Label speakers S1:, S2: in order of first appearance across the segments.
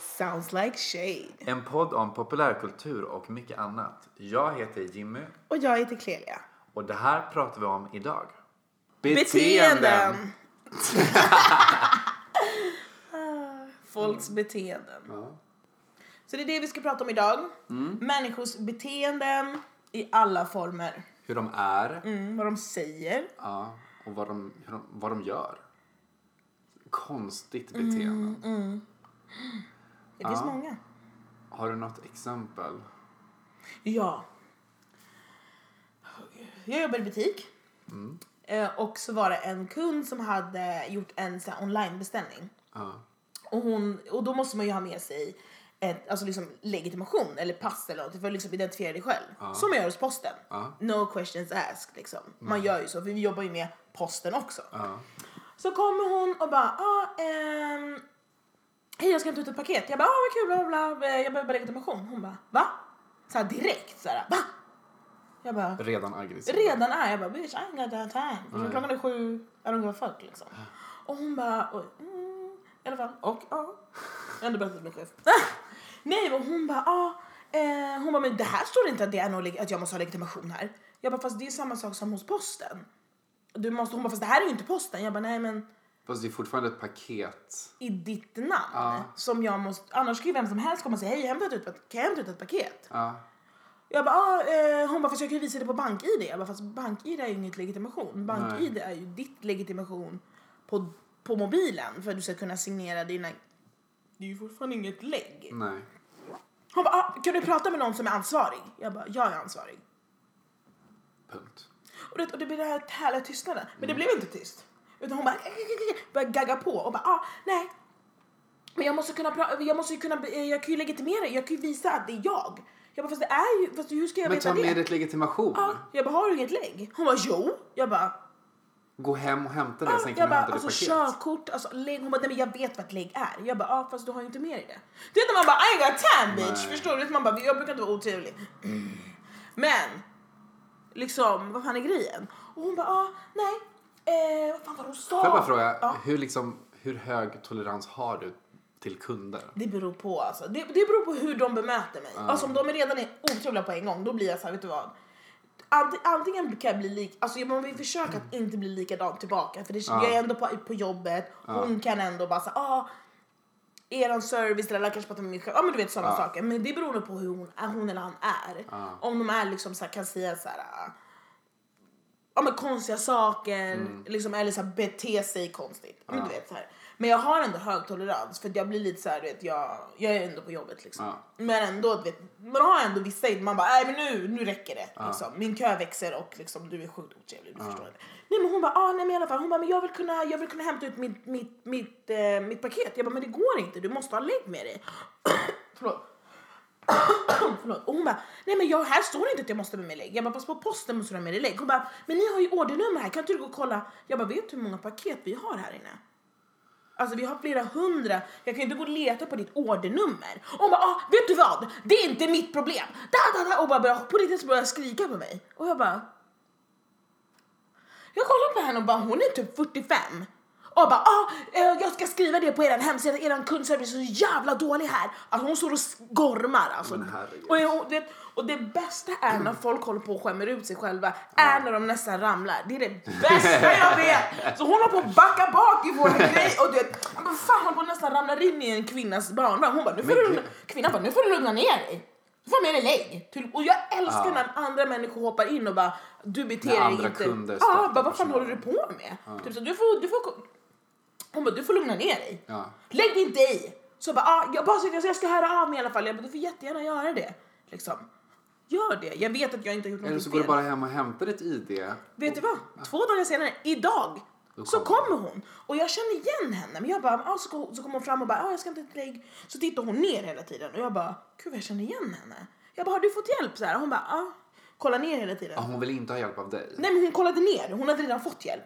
S1: sounds like shade.
S2: En podd om populärkultur och mycket annat. Jag heter Jimmy
S1: Och jag heter Clelia.
S2: och det här pratar vi om idag.
S1: Beteenden! Folks beteenden. Så det är det vi ska prata om idag. Människors beteenden i alla former.
S2: Hur de är
S1: Mm, vad de säger.
S2: ja, och vad de, hur de, vad de gör.
S1: Mm,
S2: Konstigt beteende.
S1: Det finns
S2: Ja.
S1: många.
S2: Har du något exempel?
S1: Ja. Jag jobbade i butik. Eh, Och så var det en kund som hade gjort en så här onlinebeställning.
S2: Ja.
S1: Och, hon, och då måste man ju ha med sig ett, alltså liksom legitimation eller pass eller något för att liksom identifiera dig själv. Som man gör hos posten.
S2: Ja.
S1: No questions asked liksom. Man gör ju så, för vi jobbar ju med posten också.
S2: Ja.
S1: Så kommer hon och bara, ah, ehm, hej jag ska hämta ut ett paket. Jag bara, ah vad kul, bla bla bla, Eh, jag behöver bara legitimation. Hon bara, va? Såhär direkt såhär, va? Jag bara,
S2: Redan aggressiv.
S1: redan är. Jag bara bitch I ain't got that time. Och
S2: Nej.
S1: så klockan är sju, I don't give a fuck liksom. Och hon bara oj, mm, i alla fall. Och ja. Jag har ändå berättat för min chef. Nej och hon bara ja. Eh, hon bara men det här står inte att, det är någon, leg- att jag måste ha legitimation här. Jag bara fast det är samma sak som hos posten. Du måste, hon bara fast det här är ju inte posten. Jag bara nej men
S2: Fast det är fortfarande ett paket.
S1: i ditt namn.
S2: Ja.
S1: Som jag måste, annars kan ju vem som helst komma och säga hej jag har hämtat ut, ett- kan jag hämta ut ett paket?
S2: Ja.
S1: Jag bara, ah, eh, hon bara, fast jag kan ju visa det på bank-id. Jag bara, fast bank-id är ju inget legitimation. Bank-id är ju ditt legitimation på, på mobilen för att du ska kunna signera dina... Det är ju fortfarande inget lägg.
S2: Nej.
S1: Hon bara, ah, kan du prata med någon som är ansvarig? Jag bara, jag är ansvarig.
S2: Punkt.
S1: Och det, och det blir den här härliga tystnaden. Men det blev inte tyst. Utan hon bara började gagga på och bara ah, nej. Men jag måste kunna pra- jag måste ju kunna, eh, jag kan ju legitimera, jag kan ju visa att det är jag. Jag bara fast det är ju, fast hur ska jag
S2: Men
S1: veta
S2: ta
S1: det?
S2: med ett legitimation.
S1: Ja, jag bara, har du inget lägg? Hon bara, jo. Jag bara,
S2: Gå hem och hämta det,
S1: ah.
S2: sen kan
S1: jag
S2: du
S1: bara
S2: hämta
S1: alltså
S2: ditt paket.
S1: körkort, alltså lägg. Hon bara, nej men jag vet vad ett lägg är. Jag bara, ja ah, fast du har ju inte med dig det. Du vet när man bara, I ain't got time bitch.
S2: Nej.
S1: Förstår du? Man bara, jag brukar inte vara otrevlig. Men, liksom, vad fan är grejen? Och hon bara, ah, nej. Eh, vad fan var det hon sa?
S2: Får jag bara fråga,
S1: Ja.
S2: hur, liksom, hur hög tolerans har du till kunder?
S1: Det beror på alltså. Det, det beror på hur de bemöter mig. Alltså om de redan är otrevliga på en gång, då blir jag så här, vet du vad? Ant, antingen kan jag bli lik, alltså man vill försöka att inte bli likadan tillbaka för det, jag är ändå på, på jobbet, hon kan ändå bara säga ah, eran service, eller kanske prata med min chef, ja men du vet sådana saker. Men det beror nog på hur hon, hon eller han är. Om de är liksom så här, kan säga så här, ah, ja, men konstiga saker liksom, eller så här, bete sig konstigt. Men, du vet, så här. men jag har ändå hög tolerans för att jag blir lite så här, du vet, jag, jag är ändå på jobbet liksom.
S2: Ja.
S1: Men ändå, du vet, man har ändå vissa, man bara, nej men nu, nu räcker det. Liksom. Min kö växer och liksom, du är sjukt otrevlig, du förstår det. Nej men hon bara, ah, nej men i alla fall, hon bara, men jag vill kunna, jag vill kunna hämta ut mitt, mitt, mitt, eh, mitt paket. Jag bara, men det går inte, du måste ha lägg med dig. Förlåt. Förlåt. Och hon bara, nej men jag, här står det inte att jag måste ha med mig lägg. Jag bara, fast på posten måste du ha med dig lägg. Hon bara, men ni har ju ordernummer här, kan inte du gå och kolla? Jag bara, vet du hur många paket vi har här inne? Alltså vi har flera hundra, jag kan ju inte gå och leta på ditt ordernummer. Och hon bara, ah, vet du vad? Det är inte mitt problem. Da, da, da. Och bara börjar, på riktigt så börjar skrika på mig. Och jag bara... Jag kollar på henne och bara, hon är typ 45. Och bara, ah, eh, jag ska skriva det på er hemsida, er kundservice är så jävla dålig här. Alltså hon står och gormar alltså.
S2: Men herregud.
S1: Och, jag- och, det, och det bästa är när folk håller på och skämmer ut sig själva, är när de nästan ramlar. Det är det bästa jag vet! Så hon håller på att backa bak i vår grej och du vet, men fan hon på nästan ramlar in i en kvinnas barnvagn. Hon bara, nu får
S2: Men
S1: du,
S2: gud.
S1: lugna- kvinnan bara, nu får du lugna ner dig. Du får med dig lägg. Till- Och jag älskar
S2: Ja.
S1: när andra människor hoppar in och bara, du beter
S2: När
S1: dig
S2: andra
S1: inte...
S2: kunder
S1: Ja,
S2: stöttar
S1: bara, vad fan
S2: personalen."
S1: håller du på med? Typ så, du får, du får... Hon bara, du får lugna ner dig.
S2: Ja.
S1: Lägg dig inte i! Så jag bara, ah, jag, bara så jag ska höra av mig i alla fall. Jag bara, du får jättegärna göra det. Liksom. Gör det. Jag vet att jag inte har gjort
S2: Eller
S1: något
S2: så går du
S1: fel.
S2: bara hem och hämtar ditt ID.
S1: Vet du vad? Två dagar senare, idag,
S2: Då
S1: så
S2: kommer
S1: kommer hon. Och jag känner igen henne. Men jag bara, ah, så, går- så kommer hon fram och bara, ah, jag ska inte ett lägg. Så tittar hon ner hela tiden. Och jag bara, gud vad jag känner igen henne. Jag bara, har du fått hjälp? Så här. Hon bara, ah. Kollar ner hela tiden.
S2: Ja, hon vill inte ha hjälp av dig.
S1: Nej men hon kollade ner, hon hade redan fått hjälp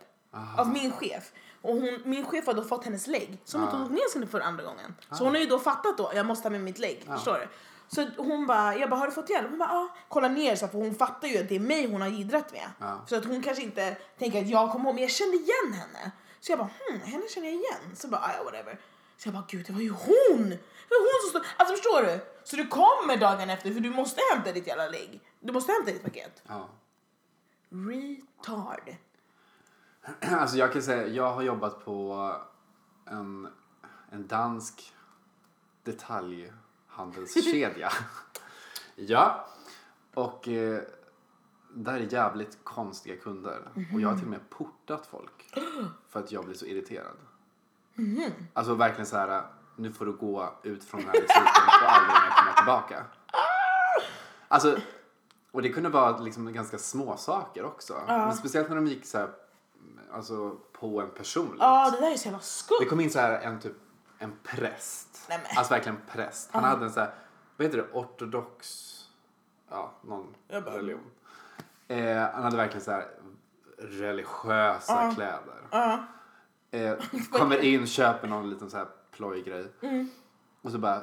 S1: av min chef. Och hon, min chef hade då fått hennes lägg som hon tog ner sen för andra gången. Så hon har ju då fattat då, jag måste ha med mitt lägg, förstår du? Så hon bara, jag bara har du fått hjälp? Hon bara ja, kolla ner så här, för hon fattar ju att det är mig hon har jiddrat med.
S2: Ja.
S1: Så att hon kanske inte tänker att jag kommer ihåg, men jag kände "Ah, igen henne. Så jag bara, hmm, henne känner jag igen. Så bara, ja whatever. Så jag bara, gud det var ju hon! Det var hon som stod... Alltså förstår du? Så du kommer dagen efter för du måste hämta ditt jävla lägg. Du måste hämta ditt paket.
S2: Ja.
S1: Retard.
S2: Alltså jag kan säga, jag har jobbat på en, en dansk detaljhandelskedja. ja. Och eh, där är jävligt konstiga kunder. Och jag har till och med portat folk. För att jag blir så irriterad. Alltså verkligen så här, nu får du gå ut från den här butiken och aldrig mer komma tillbaka. Alltså, och det kunde vara liksom ganska små saker också. Men speciellt när de gick så här, alltså på en personligt.
S1: Ja, det där är så jävla
S2: Det
S1: skumt.
S2: kom in så här en typ en präst.
S1: Nej, men.
S2: Alltså verkligen präst. Han hade en så här, vad heter det, ortodox, ja, någon
S1: Jag bara-
S2: religion. Eh, han hade verkligen så här religiösa kläder.
S1: Ja.
S2: Eh, kommer in, köper någon liten så här plojgrej.
S1: Mm.
S2: Och så bara,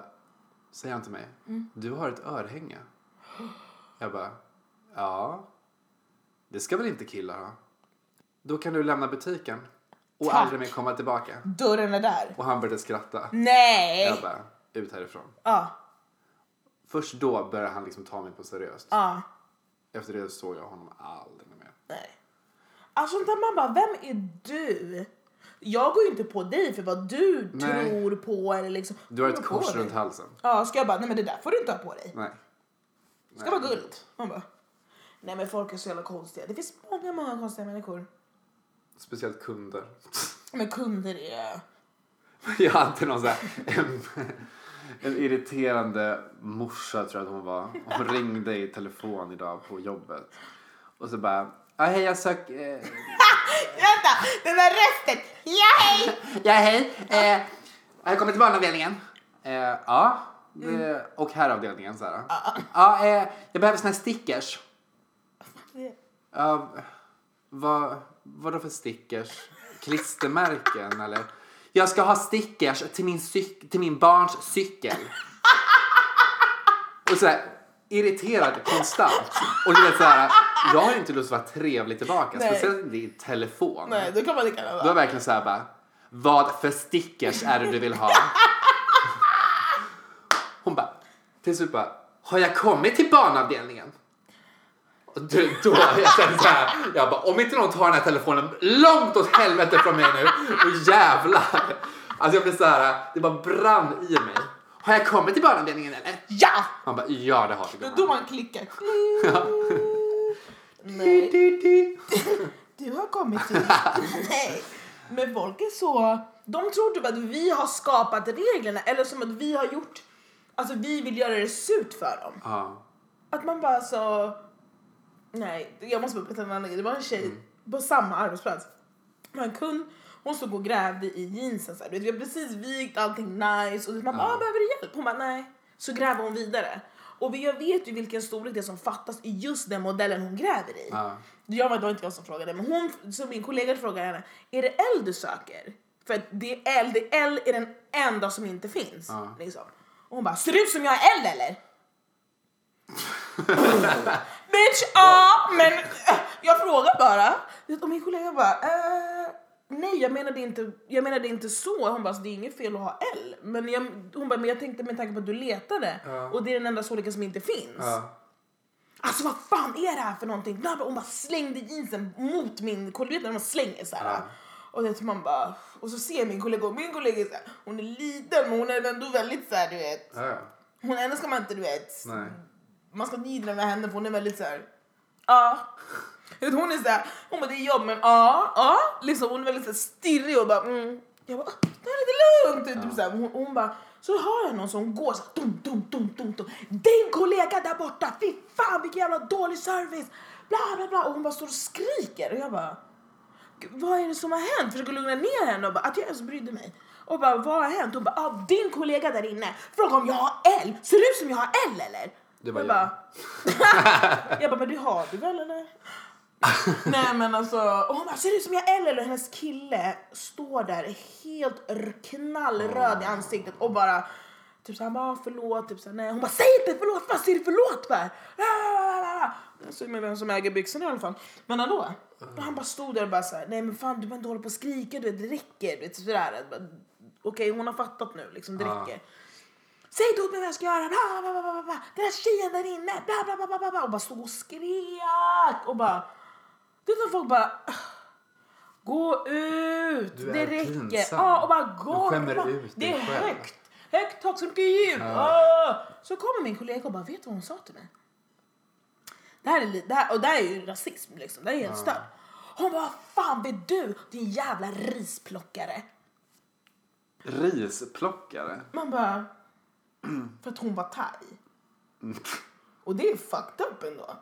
S2: säger han till mig, du har ett örhänge. Jag bara, ja, det ska väl inte killar ha? Då kan du lämna butiken och
S1: Tack.
S2: aldrig mer komma tillbaka.
S1: Dörren är där.
S2: Och han började skratta. Jag
S1: Nej!
S2: bara, ut härifrån.
S1: Ja,
S2: Först då började han liksom ta mig på seriöst.
S1: ja.
S2: Efter det såg jag honom aldrig mer.
S1: Nej. Alltså sånt där man bara, vem är du? Jag går ju inte på dig för vad du
S2: Nej.
S1: tror på eller liksom.
S2: Du har ett
S1: Vad går
S2: kors
S1: på
S2: runt
S1: dig?
S2: halsen.
S1: Ja, ska jag bara, nej men det där får du inte ha på dig.
S2: Nej.
S1: Det ska vara guld. Man bara, nej men folk är så jävla konstiga. Det finns många, många konstiga människor.
S2: Speciellt kunder.
S1: Men kunder är...
S2: Jag hade någon så här, en, en irriterande morsa tror jag att hon var. Hon ringde i telefon idag på jobbet. Och så bara, ja hej jag sök... Eh,
S1: Vänta, den där rösten! Ja hej!
S2: ja hej, eh, jag kommer till barnavdelningen. Eh, ja, det, och herravdelningen så här.
S1: Ah,
S2: Ja, eh, jag behöver såna här stickers. Ja, vad, vad då för stickers? Klistermärken eller? Jag ska ha stickers till min, cyk- till min barns cykel. Och sådär irriterad konstant. Och du vet såhär, jag har ju inte lust att vara trevlig tillbaka.
S1: Nej.
S2: Speciellt inte i telefon.
S1: Nej, då kan man lika gärna
S2: Då är
S1: vara.
S2: det verkligen såhär bara, vad för stickers är det du vill ha? Hon bara, till slut bara, har jag kommit till barnavdelningen? Och du, då jag kände såhär, jag bara, om inte någon tar den här telefonen långt åt helvete från mig nu, och jävlar. Alltså jag blev såhär, det bara brann i mig. Har jag kommit till barnavdelningen eller?
S1: Ja!
S2: Han bara, ja det har du
S1: Det är
S2: gumman.
S1: då man klickar. Mm. Nej.
S2: Du, du, du.
S1: Du har kommit till... Nej. Men folk är så... De tror typ att vi har skapat reglerna eller som att vi har gjort... Alltså vi vill göra det surt för dem.
S2: Ja,
S1: Att man bara så... Nej, jag måste bara berätta en annan grej. Det var en tjej
S2: Mm.
S1: på samma arbetsplats. Det var en kund. Hon stod och grävde i jeansen. Så här. Du vet, vi har precis vikt allting nice. Och man bara,
S2: Ja.
S1: ah, behöver du hjälp? Hon bara, nej. Så gräver hon vidare. Och vi- jag vet ju vilken storlek det är som fattas i just den modellen hon gräver i.
S2: ja.
S1: Jag var, det var inte jag som frågade, men hon, så min kollega frågade henne, är det L du söker? För att det är L, det är L är den enda som inte finns.
S2: Ja.
S1: Liksom. Och hon bara, ser det ut som jag är L eller? Bitch, ja, men äh, jag frågar bara. Och min kollega bara, eh, nej jag menade, inte, jag menade inte så. Hon bara, så det är inget fel att ha L. Men jag, hon bara, men jag tänkte med tanke på att du letade
S2: Ja.
S1: och det är den enda storleken som inte finns.
S2: ja.
S1: Alltså vad fan är det här för någonting? Bla, bla. Hon bara slängde jeansen mot min kollega. Du vet när man slänger så här.
S2: Ja.
S1: Och, det, man bara, och så ser jag min kollega och min kollega är så här, hon är liten men hon är ändå väldigt så här, du vet.
S2: ja.
S1: Hon henne ska man inte du vet.
S2: Nej.
S1: Man ska inte gidra med henne för hon är väldigt så här. Ja. Du vet, Hon är så här, hon bara det är jobb men ja, ja. Liksom hon är väldigt så här stirrig och bara mm. Jag bara, det här är lite lugnt. Typ så här. Hon, hon bara, så hör jag någon som går så här, dum, dum, dum, dum, dum. Din kollega där borta, fy fan vilken jävla dålig service. Bla, bla, bla. Och hon bara står och skriker och jag bara, "Gud, vad är det som har hänt? Försöker lugna ner henne och bara, att jag ens brydde mig. Och bara, vad har hänt? Hon bara, ah, din kollega där inne frågar om jag har L. Ser det ut som jag har L eller?
S2: Det var
S1: jag.
S2: jag.
S1: Bara, jag bara, men det har du väl eller? Nej men alltså, och hon bara, ser det ut som jag är eller? Och hennes kille står där helt r- knallröd i ansiktet och bara Typ såhär, bara förlåt, typ såhär, nej. Hon bara, säg inte förlåt, vad säger du förlåt för? Ah, Jag såg med vem som äger byxorna i alla fall. Men ändå. Och han bara stod där och bara såhär, nej men fan du behöver inte hålla på och skrika, du vet, det räcker. Du vet, sådär. Jag bara, Okej, hon har fattat nu, liksom, det
S2: Ja.
S1: räcker. Säg inte åt mig vad jag ska göra. Bla, bla, bla, bla, bla. Den här tjejen där inne. Bla, bla, bla, bla, bla, bla. Och bara stod och skrek. Och bara... Du vet när folk bara... Gå ut!
S2: Du är
S1: det räcker.
S2: pinsam.
S1: Ja, och bara gå.
S2: Du skämmer
S1: Och bara,
S2: ut dig
S1: Det är
S2: själv.
S1: högt. Högt tak, så mycket ljud.
S2: Ja.
S1: Ah. Så kommer min kollega och bara, vet du vad hon sa till mig? Det här är, li- det här, och det här är ju rasism liksom. Det här är helt stört. Hon bara, fan vet du din jävla risplockare.
S2: Risplockare.
S1: Man bara... För att hon var thai.
S2: Mm.
S1: Och det är fucked up ändå.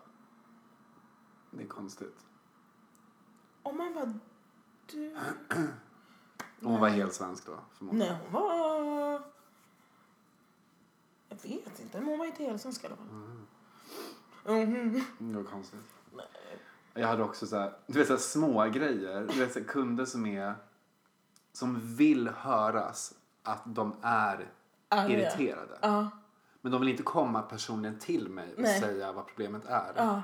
S2: Det är konstigt.
S1: Och man bara... Du...
S2: Och hon var helt svensk då, förmodligen.
S1: Nej, hon var... Jag vet inte, men hon var inte helsvensk i alla fall. Mhm.
S2: Det var konstigt. Jag hade också så här, du vet så här små grejer. Du vet så här, kunder som är, som vill höras att de Ah, är
S1: Arga.
S2: irriterade.
S1: Ja,
S2: Men de vill inte komma personligen till mig och
S1: Nej. Ah.
S2: säga vad problemet är.
S1: ja.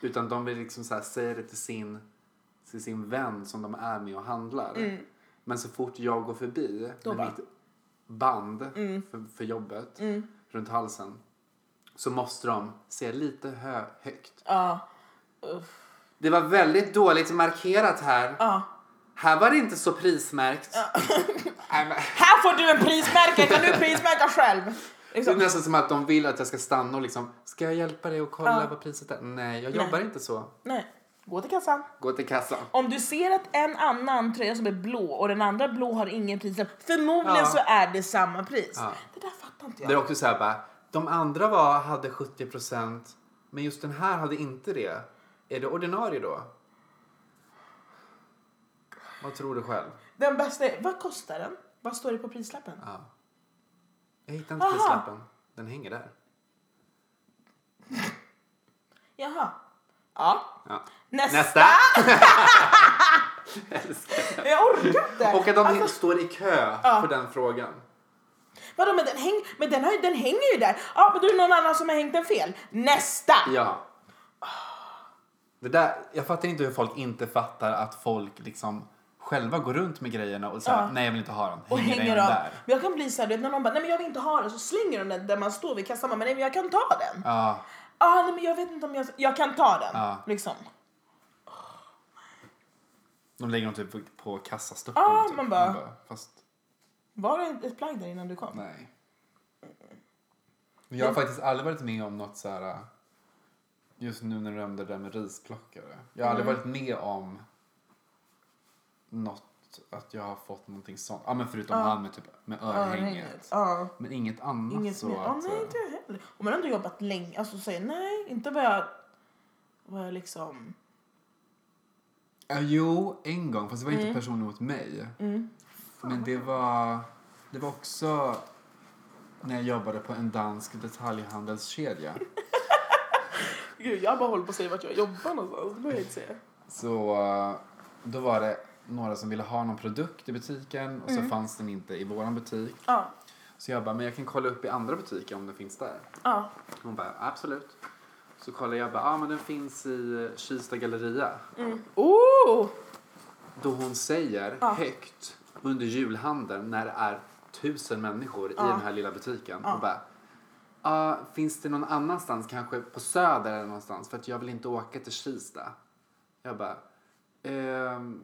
S2: Utan de vill liksom så här säga det till sin, till sin vän som de är med och handlar. Men så fort jag går förbi
S1: Mm. Då Mm. bara-
S2: med mitt band för, för jobbet
S1: Mm.
S2: runt halsen så måste de se lite hö, högt.
S1: ja. Uff.
S2: Det var väldigt dåligt markerat här.
S1: Ja.
S2: Här var det inte så prismärkt. Nej, men-
S1: Här får du en prismärke, kan du prismärka själv?
S2: Det är
S1: Liksom.
S2: nästan som att de vill att jag ska stanna och liksom, ska jag hjälpa dig att kolla
S1: Ja.
S2: vad priset är? Nej, jag
S1: Nej.
S2: jobbar inte så.
S1: Nej, gå till kassan.
S2: Gå till kassan.
S1: Om du ser att en annan tröja som är blå och den andra blå har ingen pris, förmodligen
S2: Ja.
S1: så är det samma pris.
S2: Ja.
S1: Det där fattar inte
S2: Det är
S1: jag.
S2: också så här bara, de andra var, hade 70 procent, men just den här hade inte det. Är det ordinarie då? Vad tror du själv?
S1: Den bästa är, vad kostar den? Vad står det på prislappen?
S2: Ja. Jag hittar inte
S1: Aha.
S2: prislappen. Den hänger där.
S1: Jaha. Ja.
S2: Ja.
S1: Nästa!
S2: Nästa!
S1: Jag orkar inte!
S2: Och att de
S1: alltså,
S2: står i kö
S1: Ja.
S2: på den frågan.
S1: vadå, men den, häng, men den, har, ju- den hänger ju där. Ja, men du är det någon annan som har hängt den fel. Nästa!
S2: Ja. Det där, jag fattar inte hur folk inte fattar att folk liksom själva går runt med grejerna och säger
S1: Ja.
S2: nej jag vill inte ha den.
S1: Och
S2: Hänger
S1: hänger
S2: den
S1: av.
S2: där?
S1: Men jag kan bli såhär, du vet när någon bara, nej men jag vill inte ha den, så slänger de den där man står vid kassan. Man bara, nej men jag kan ta den.
S2: Ja.
S1: Ah, nej men jag vet inte om jag, jag kan ta den.
S2: Ja.
S1: Liksom.
S2: De lägger dem typ på- på kassastörten.
S1: Ja,
S2: typ.
S1: man bara-
S2: Fast
S1: Var det ett plagg där innan du kom?
S2: nej. Men jag har faktiskt aldrig varit med om något så här. äh, Just nu när du nämnde det där med risplockare. Jag har aldrig
S1: Mm.
S2: varit med om något att jag har fått någonting sånt. Ja men förutom han med, typ, med örhänget.
S1: Ja.
S2: Men inget annat
S1: Inget
S2: så
S1: mer. Ja,
S2: att. äh,
S1: nej, inte jag heller. Och man har ändå jobbat länge. Alltså säger nej, inte vad jag, vad jag liksom...
S2: Ja, jo, en gång. Fast det var inte
S1: Mm.
S2: personen mot mig. Men det var, det var också när jag jobbade på en dansk detaljhandelskedja.
S1: Gud, jag bara håller på att säga vart jag jobbar någonstans. Det behöver jag inte säga.
S2: Så eh, då var det några som ville ha någon produkt i butiken och så fanns den inte i våran butik.
S1: Ja.
S2: Så jag bara, men jag kan kolla upp i andra butiker om den finns där.
S1: Ja.
S2: Hon bara, absolut. Så kollade jag bara, ja ah, men den finns i Kista galleria.
S1: Oh!
S2: Då hon säger
S1: Ja.
S2: högt under julhandeln när det är tusen människor i den här lilla butiken. Och bara, ah, finns det någon annanstans, kanske på Söder eller någonstans? För att jag vill inte åka till Kista. Jag bara, ehm,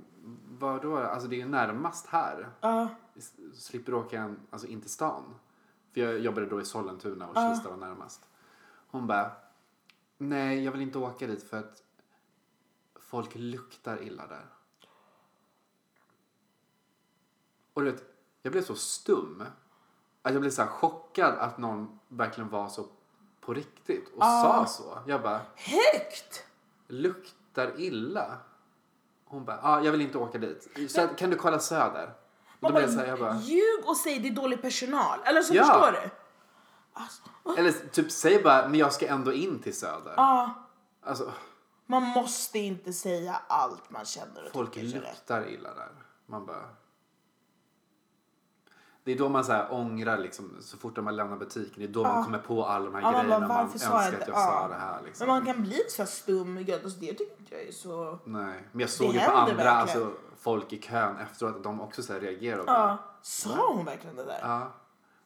S2: vadå? Alltså det är ju närmast här.
S1: Ja.
S2: S- Slipper åka en, alltså in till stan. För jag jobbade då i Sollentuna och Kista var närmast. Hon bara, nej jag vill inte åka dit för att folk luktar illa där. Och du vet, jag blev så stum. Att jag blev så här chockad att någon verkligen var så på riktigt och sa så. Jag bara,
S1: Högt!
S2: luktar illa. Hon bara, ah, jag vill inte åka dit. Så, kan du kolla söder? Och
S1: Man
S2: då blev jag så här, jag bara,
S1: ljug och säg det är dålig personal. Eller så
S2: Ja.
S1: förstår du? Alltså,
S2: eller typ säg bara, men jag ska ändå in till söder.
S1: ja.
S2: Alltså,
S1: Man måste inte säga allt man känner och
S2: folk
S1: tycker. känner.
S2: luktar illa där. Man bara... Det är då man så här ångrar liksom, så fort man lämnar butiken. Det är då man kommer på alla de här
S1: Ja, man
S2: grejerna
S1: bara,
S2: man
S1: varför
S2: önskar
S1: sa
S2: att
S1: jag inte?
S2: jag
S1: Ja.
S2: sa det här. Liksom.
S1: Men man kan bli så här stum och gött, alltså, det tycker inte jag är så...
S2: Nej. Men jag såg
S1: Det
S2: ju på
S1: händer
S2: andra,
S1: verkligen.
S2: alltså folk i kön efteråt att de också så här reagerade. och
S1: Ja.
S2: bara,
S1: Sa hon verkligen det där?
S2: Ja.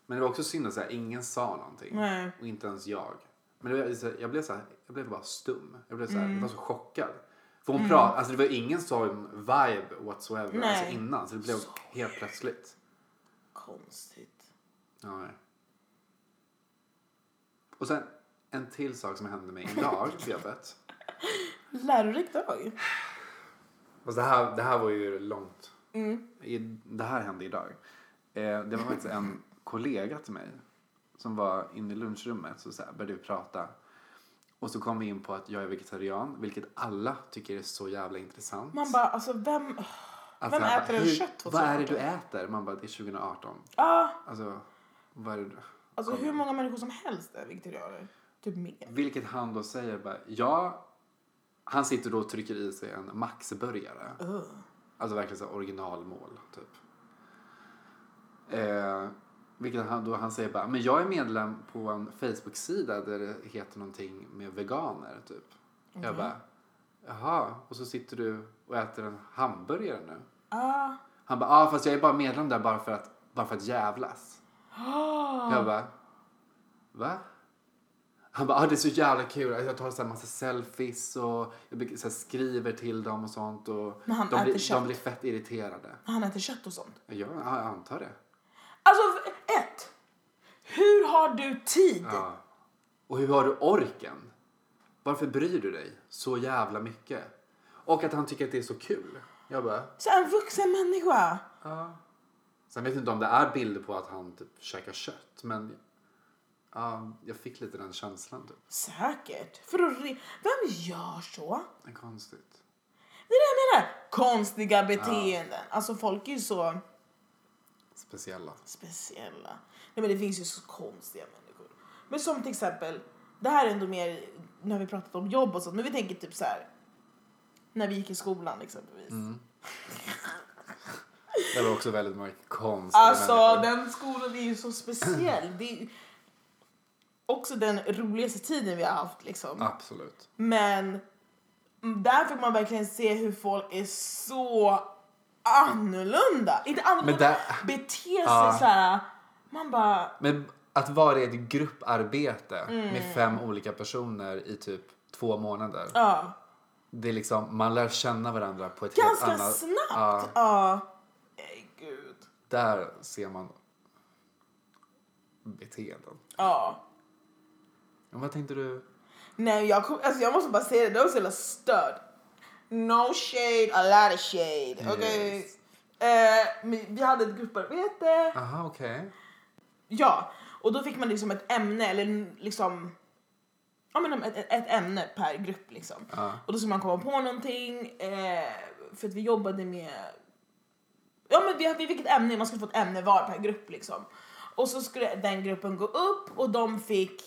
S2: Men det var också synd att så här, ingen sa någonting.
S1: Nej.
S2: Och inte ens jag. Men det var, så här, jag, blev så här, jag blev bara stum. Jag blev så här, jag var så
S1: Mm.
S2: chockad. För hon pratade, alltså det var ingen sån vibe whatsoever
S1: Nej.
S2: alltså innan. Så det blev helt plötsligt.
S1: Konstigt.
S2: Ja, nej. Och sen en till sak som hände mig idag på jobbet.
S1: Lärorik dag.
S2: Fast det här, det här var ju långt.
S1: Mm.
S2: I, det här hände idag. Eh, det var faktiskt en kollega till mig som var inne i lunchrummet så, så här började vi prata. Och så kom vi in på att jag är vegetarian, vilket alla tycker är så jävla intressant.
S1: Man bara, alltså vem...
S2: Alltså,
S1: vem
S2: jag bara,
S1: äter en
S2: "Hur-
S1: kött hos
S2: Vad
S1: sig?"
S2: är det du äter? Man bara, det är 2018.
S1: Ah,
S2: Alltså, vad är det du...
S1: alltså hur många människor som helst är vegetarianer. Typ mer.
S2: Vilket han då säger bara, ja. Han sitter då och trycker i sig en maxburgare.
S1: Ugh.
S2: Alltså verkligen så här originalmål, typ. Eh, vilket han, då han säger bara, men jag är medlem på en Facebook-sida där det heter någonting med veganer, typ. Jag bara, jaha, och så sitter du och äter en hamburgare nu?
S1: Ah.
S2: Han bara, ja ah, fast jag är bara medlem där bara för att, bara för att jävlas.
S1: Ah.
S2: Jag bara, va? Han bara, ah, det är så jävla kul. Jag tar så här massa selfies och jag brukar så här skriver till dem och sånt. Och
S1: Men han
S2: de,
S1: äter
S2: blir,
S1: kött.
S2: de blir fett irriterade.
S1: Han äter kött och sånt.
S2: Ja, jag antar det.
S1: Alltså, ett. Hur har du tid?
S2: Ja. Och hur har du orken? Varför bryr du dig så jävla mycket? Och att han tycker att det är så kul. Jag bara,
S1: Så en vuxen människa.
S2: ja. Sen vet jag inte om det är bilder på att han typ käkar kött, men ja, jag fick lite den känslan typ.
S1: Säkert. För då, re- vem gör så?
S2: Det är konstigt.
S1: Det är det jag menar. Konstiga beteenden. Alltså folk är ju så
S2: Speciella.
S1: speciella. Nej men det finns ju så konstiga människor. Men som till exempel, det här är ändå mer, nu har vi pratat om jobb och sånt, men vi tänker typ så här. När vi gick i skolan exempelvis.
S2: Det var också väldigt många konstiga
S1: Alltså
S2: människor.
S1: den skolan är ju så speciell. Det är ju också den roligaste tiden vi har haft liksom.
S2: Absolut.
S1: Men där fick man verkligen se hur folk är så annorlunda. Inte annorlunda,
S2: Men där-
S1: beter sig
S2: Ja.
S1: så här. Man bara,
S2: Men att vara i ett grupparbete
S1: Mm.
S2: med fem olika personer i typ två månader.
S1: ja.
S2: Det är liksom, man lär känna varandra på ett
S1: Ganska
S2: helt annat...
S1: snabbt.
S2: Ja,
S1: Ja. Nej, gud.
S2: där ser man beteenden.
S1: Ja.
S2: Men vad tänkte du?
S1: Nej, jag, kom, alltså jag måste bara säga det. Det var så jävla stört. No shade, a lot of shade. Okej.
S2: Yes.
S1: Eh, men vi hade ett grupparbete.
S2: Aha, okej.
S1: Ja, och då fick man liksom ett ämne eller n- liksom Ja men ett, ett ämne per grupp liksom.
S2: Ja.
S1: Och då skulle man komma på någonting eh, för att vi jobbade med Ja men vi, vi fick ett ämne, man skulle få ett ämne var per grupp liksom. Och så skulle den gruppen gå upp och de fick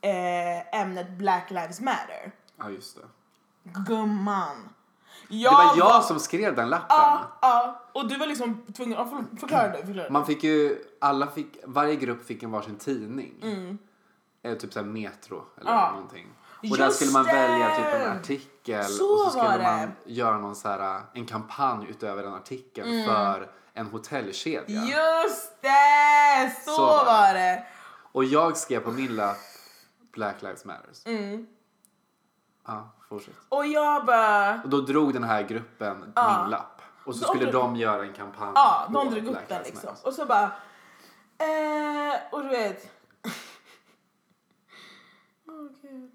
S1: eh, ämnet Black Lives Matter.
S2: Ja, just det.
S1: Gumman.
S2: Det
S1: Jag
S2: var jag som skrev den lappen.
S1: Ja, ja. Och du var liksom tvungen, ja, förl- förklara det, förklara det.
S2: Man fick ju, alla fick, varje grupp fick en varsin tidning. Eh, typ såhär Metro eller
S1: Mm. Ja.
S2: någonting. Och där
S1: Just
S2: skulle man
S1: det!
S2: välja typ en artikel
S1: Så
S2: och så skulle
S1: var det. Mm.
S2: man göra någon så här, eh, en kampanj utöver den artikeln för en hotellkedja.
S1: Just det! Så,
S2: Så var
S1: var det.
S2: Och jag skrev på min lapp Black Lives Matters.
S1: Mm.
S2: Ja, fortsätt.
S1: Och jag bara...
S2: Och då drog den här gruppen
S1: Ja.
S2: min lapp. Och så
S1: De
S2: skulle
S1: drog-
S2: de göra en kampanj
S1: Ja,
S2: på
S1: de drog upp
S2: Black
S1: den
S2: Lives
S1: liksom.
S2: Matters.
S1: Och så bara... Eh, och du vet... Åh, Gud.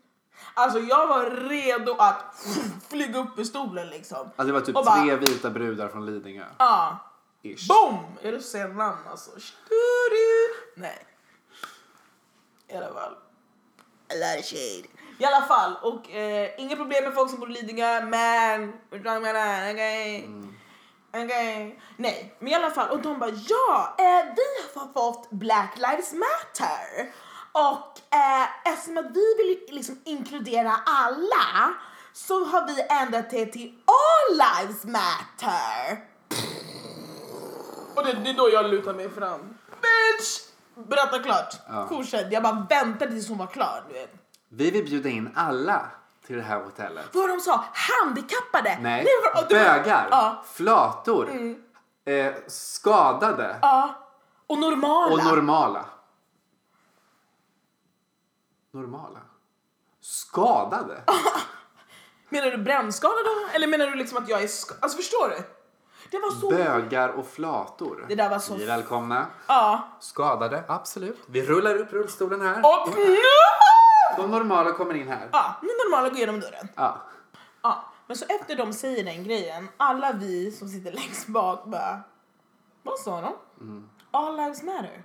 S1: Alltså jag var redo att flyga upp ur stolen liksom.
S2: Alltså det var typ
S1: Och bara-
S2: tre vita brudar från Lidingö.
S1: Ja.
S2: Ish.
S1: Boom! Jag höll på att säga namn alltså. Du-du. Nej. I alla fall. A lot of shade. I alla fall. Och eh, inga problem med folk som bor i Lidingö, men... Förstår du vad jag menar? Okej? Okej? Nej, men i alla fall. Och de bara ja, eh, vi har fått Black Lives Matter. Och eh, eftersom att vi vill liksom inkludera alla så har vi ändrat det till All Lives Matter. Och det, det är då jag lutar mig fram. Bitch! Berätta klart.
S2: Ja.
S1: Fortsätt. Jag bara väntade tills hon var klar. Du vet.
S2: Vi vill bjuda in alla till det här hotellet.
S1: Vad de sa? Handikappade?
S2: Nej,
S1: Det var- och det var-
S2: bögar,
S1: Ja. Mm.
S2: flator, eh, skadade
S1: ja. Och normala.
S2: och normala. normala. Skadade.
S1: Menar du brännskadad då? Eller menar du liksom att jag är sk- Alltså förstår du? Det var så...
S2: Bögar och flator.
S1: Det där var så-
S2: Ni är välkomna.
S1: ja.
S2: Skadade, absolut. Vi rullar upp rullstolen här.
S1: Och nu!
S2: De normala kommer in här.
S1: Ja, nu normala går genom dörren.
S2: Ja.
S1: Ja. Men så efter de säger den grejen, alla vi som sitter längst bak bara... Vad sa de? All lives matter.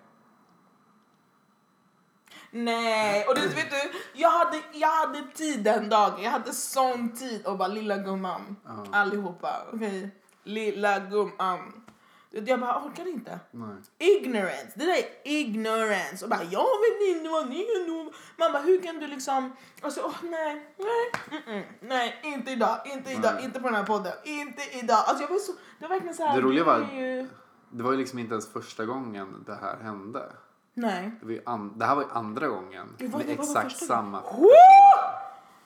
S1: Nej, och det, vet du, jag hade, jag hade tid den dagen. Jag hade sån tid och bara lilla gumman. Allihopa, okej? Lilla gumman. Du vet, Jag bara orkar inte.
S2: Nej.
S1: Ignorance, det där är ignorance. Och bara, jag vet inte vad ni är nog. Man bara, hur kan du liksom... Alltså, åh nej, nej, mm-mm, nej, inte idag, inte idag,
S2: Nej.
S1: inte på den här podden, inte idag. Alltså jag var så, det var verkligen så här...
S2: Det roliga var-
S1: är ju-
S2: Det var ju liksom inte ens första gången det här hände.
S1: Nej.
S2: Det, var ju an- det här var ju andra gången.
S1: Det var-
S2: med
S1: det var
S2: exakt
S1: första
S2: samma.
S1: Woo!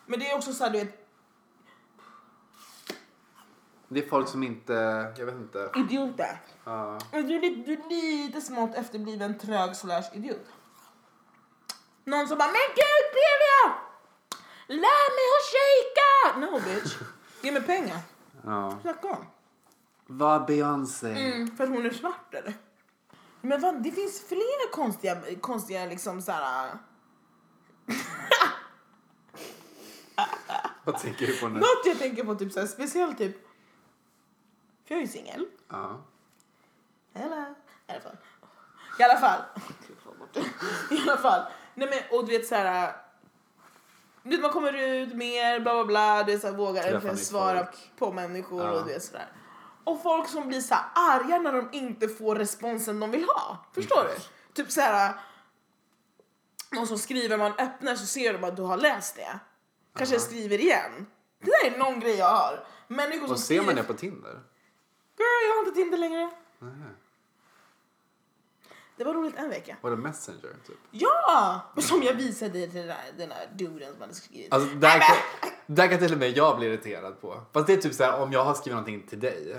S1: Men det är också så här, du vet,
S2: Det är folk som inte, jag vet inte.
S1: idioter.
S2: Ja.
S1: Men Du är lite, du är lite smått efterbliven trög slash idiot. Någon som bara, men gud Delia! Lär mig att shaka! No bitch, ge mig pengar.
S2: ja.
S1: Snacka om.
S2: Vad Beyoncé.
S1: Mm, för att hon är svart eller? Men vad, det finns flera konstiga, konstiga liksom såhär...
S2: Vad tänker du på nu?
S1: Något jag tänker på typ såhär speciellt typ... För jag är ju singel.
S2: Ja.
S1: Eller? I alla fall. I alla fall. Gud, vad bort det. I alla fall. Nej men och du vet såhär... Du vet man kommer ut mer, bla bla bla. Du vet, så här, vågar
S2: Träffa
S1: äntligen
S2: nytt
S1: svara
S2: folk.
S1: på människor
S2: Ja.
S1: och du vet sådär. Och folk som blir så här arga när de inte får responsen de vill ha. Förstår
S2: Mm.
S1: du? Typ så här. Någon som skriver, man öppnar så ser de att du har läst det. Kanske skriver igen. Det där är någon grej jag har. Människor som
S2: Och ser man
S1: skriver,
S2: det på Tinder?
S1: Girl, jag har inte Tinder längre.
S2: Nej.
S1: Det var roligt en vecka.
S2: Var det Messenger typ?
S1: Ja! Men som jag visade dig till den där, den där duden som hade skrivit.
S2: Alltså, där, kan, där kan till och med jag bli irriterad på. Fast det är typ så här om jag har skrivit någonting till dig,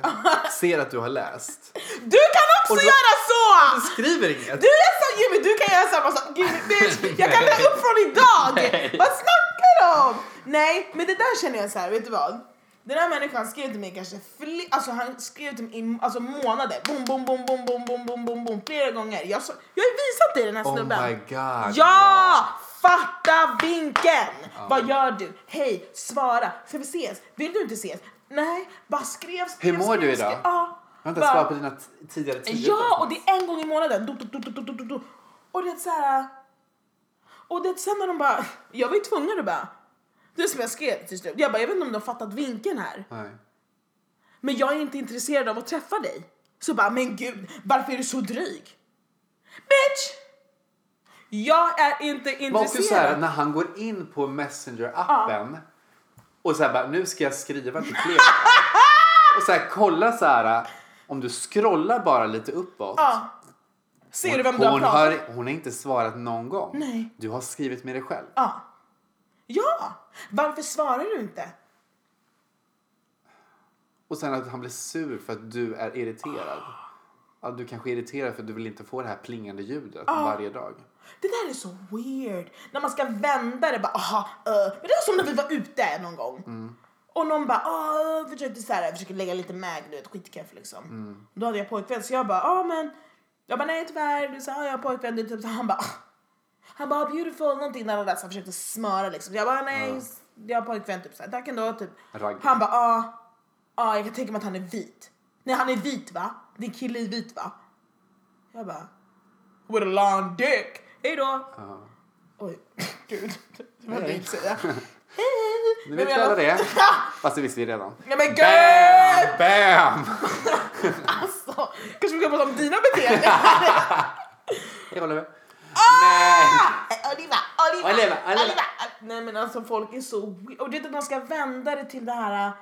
S2: ser att du har läst,
S1: Du kan också
S2: Och då-
S1: göra så!
S2: skriver inget.
S1: Du är så Jimmy, du kan göra samma sak. Jimmy, bitch, jag kan ta upp från idag!
S2: Nej.
S1: Vad snackar du om? Nej, men det där känner jag så här, vet du vad? Den här människan skrev till mig kanske fler, alltså han skrev till mig i alltså månader. Bom, bom, bom, bom, bom, bom, bom, bom, bom, flera gånger. Jag, så, jag har ju visat dig den här
S2: Oh
S1: snubben.
S2: my god.
S1: Ja! Fatta vinkeln! Vad gör du? Hej, svara. Ska vi ses? Vill du inte ses? Nej, bara skrev, skrev,
S2: Hur mår
S1: skrev,
S2: du idag?
S1: skrev. Ja.
S2: Jag har inte
S1: Bara-
S2: ens svarat på dina t- tidigare tider.
S1: Ja, och det är en gång i månaden. Do, do, do, do, do, do, do. Och det är så här... Och det är sen när de bara... Jag var ju tvungen att bara... Det är som jag skrev till slut. Jag bara, jag vet inte om de har fattat vinkeln här.
S2: Nej.
S1: Men jag är inte intresserad av att träffa dig. Så bara, men gud, varför är du så dryg? Bitch! Jag är inte
S2: Men också så här,
S1: intresserad.
S2: när han går in på Messenger-appen och så här bara, nu ska jag skriva till flera. och så här, kolla så här, om du scrollar bara lite uppåt.
S1: Ja. Ser du vem du har
S2: hon,
S1: pratat med?
S2: har, hon har inte svarat någon gång.
S1: Nej.
S2: Du har skrivit med dig själv.
S1: Ja. Ja! Varför svarar du inte?
S2: Och sen att han blir sur för att du är irriterad. Ja, du kanske är irriterad för att du vill inte få det här plingande ljudet varje dag.
S1: Det där är så weird. När man ska vända det bara aha, uh. Men det var som när vi var ute någon gång. Och någon bara ah, försökte så här, försökte lägga lite mag, du vet skitkeff liksom. Då hade jag pojkvän så jag bara ah men. Jag bara nej tyvärr, du sa ah, jag har pojkvän. Du, typ, så han bara ah. Han bara ah, beautiful någonting där och där så han försökte smöra liksom. Jag bara nej, jag har pojkvän typ så här, tack ändå typ.
S2: Ragg.
S1: Han bara ah, ah jag kan tänka mig att han är vit. Nej han är vit va? Din kille är vit va? Jag bara with a long dick. Hej då!
S2: Ja.
S1: Oj, gud. Det var det jag
S2: Hej.
S1: inte säga. Hej,
S2: Nu
S1: hej!
S2: vet vi alla det. Fast det visste vi redan.
S1: Nej men gud!
S2: Bam!
S1: Alltså, kanske vi kan prata om dina beteenden.
S2: Jag håller med. Nej!
S1: Ah! Oliva, Oliva,
S2: Oliva, Oliva.
S1: Nej men alltså folk är så... we- Och det är att man ska vända det till det här... äh,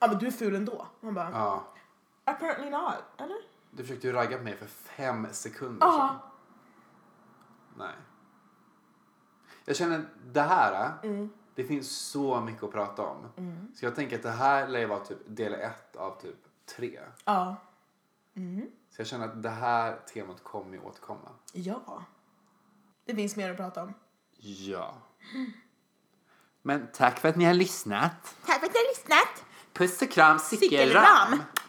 S1: Ja men du är ful ändå. Man bara,
S2: Ja.
S1: apparently not. Eller?
S2: Du försökte ju ragga på mig för fem sekunder
S1: Ja.
S2: sedan. Nej. Jag känner det här. Det finns så mycket att prata om. Så jag tänker att det här lär ju vara typ del ett av typ tre.
S1: Ja.
S2: Så jag känner att det här temat kommer ju återkomma.
S1: Ja. Det finns mer att prata om.
S2: Ja. Men tack för att ni har lyssnat.
S1: Tack för att ni har lyssnat.
S2: Puss och kram, cykelram!
S1: Cykelram.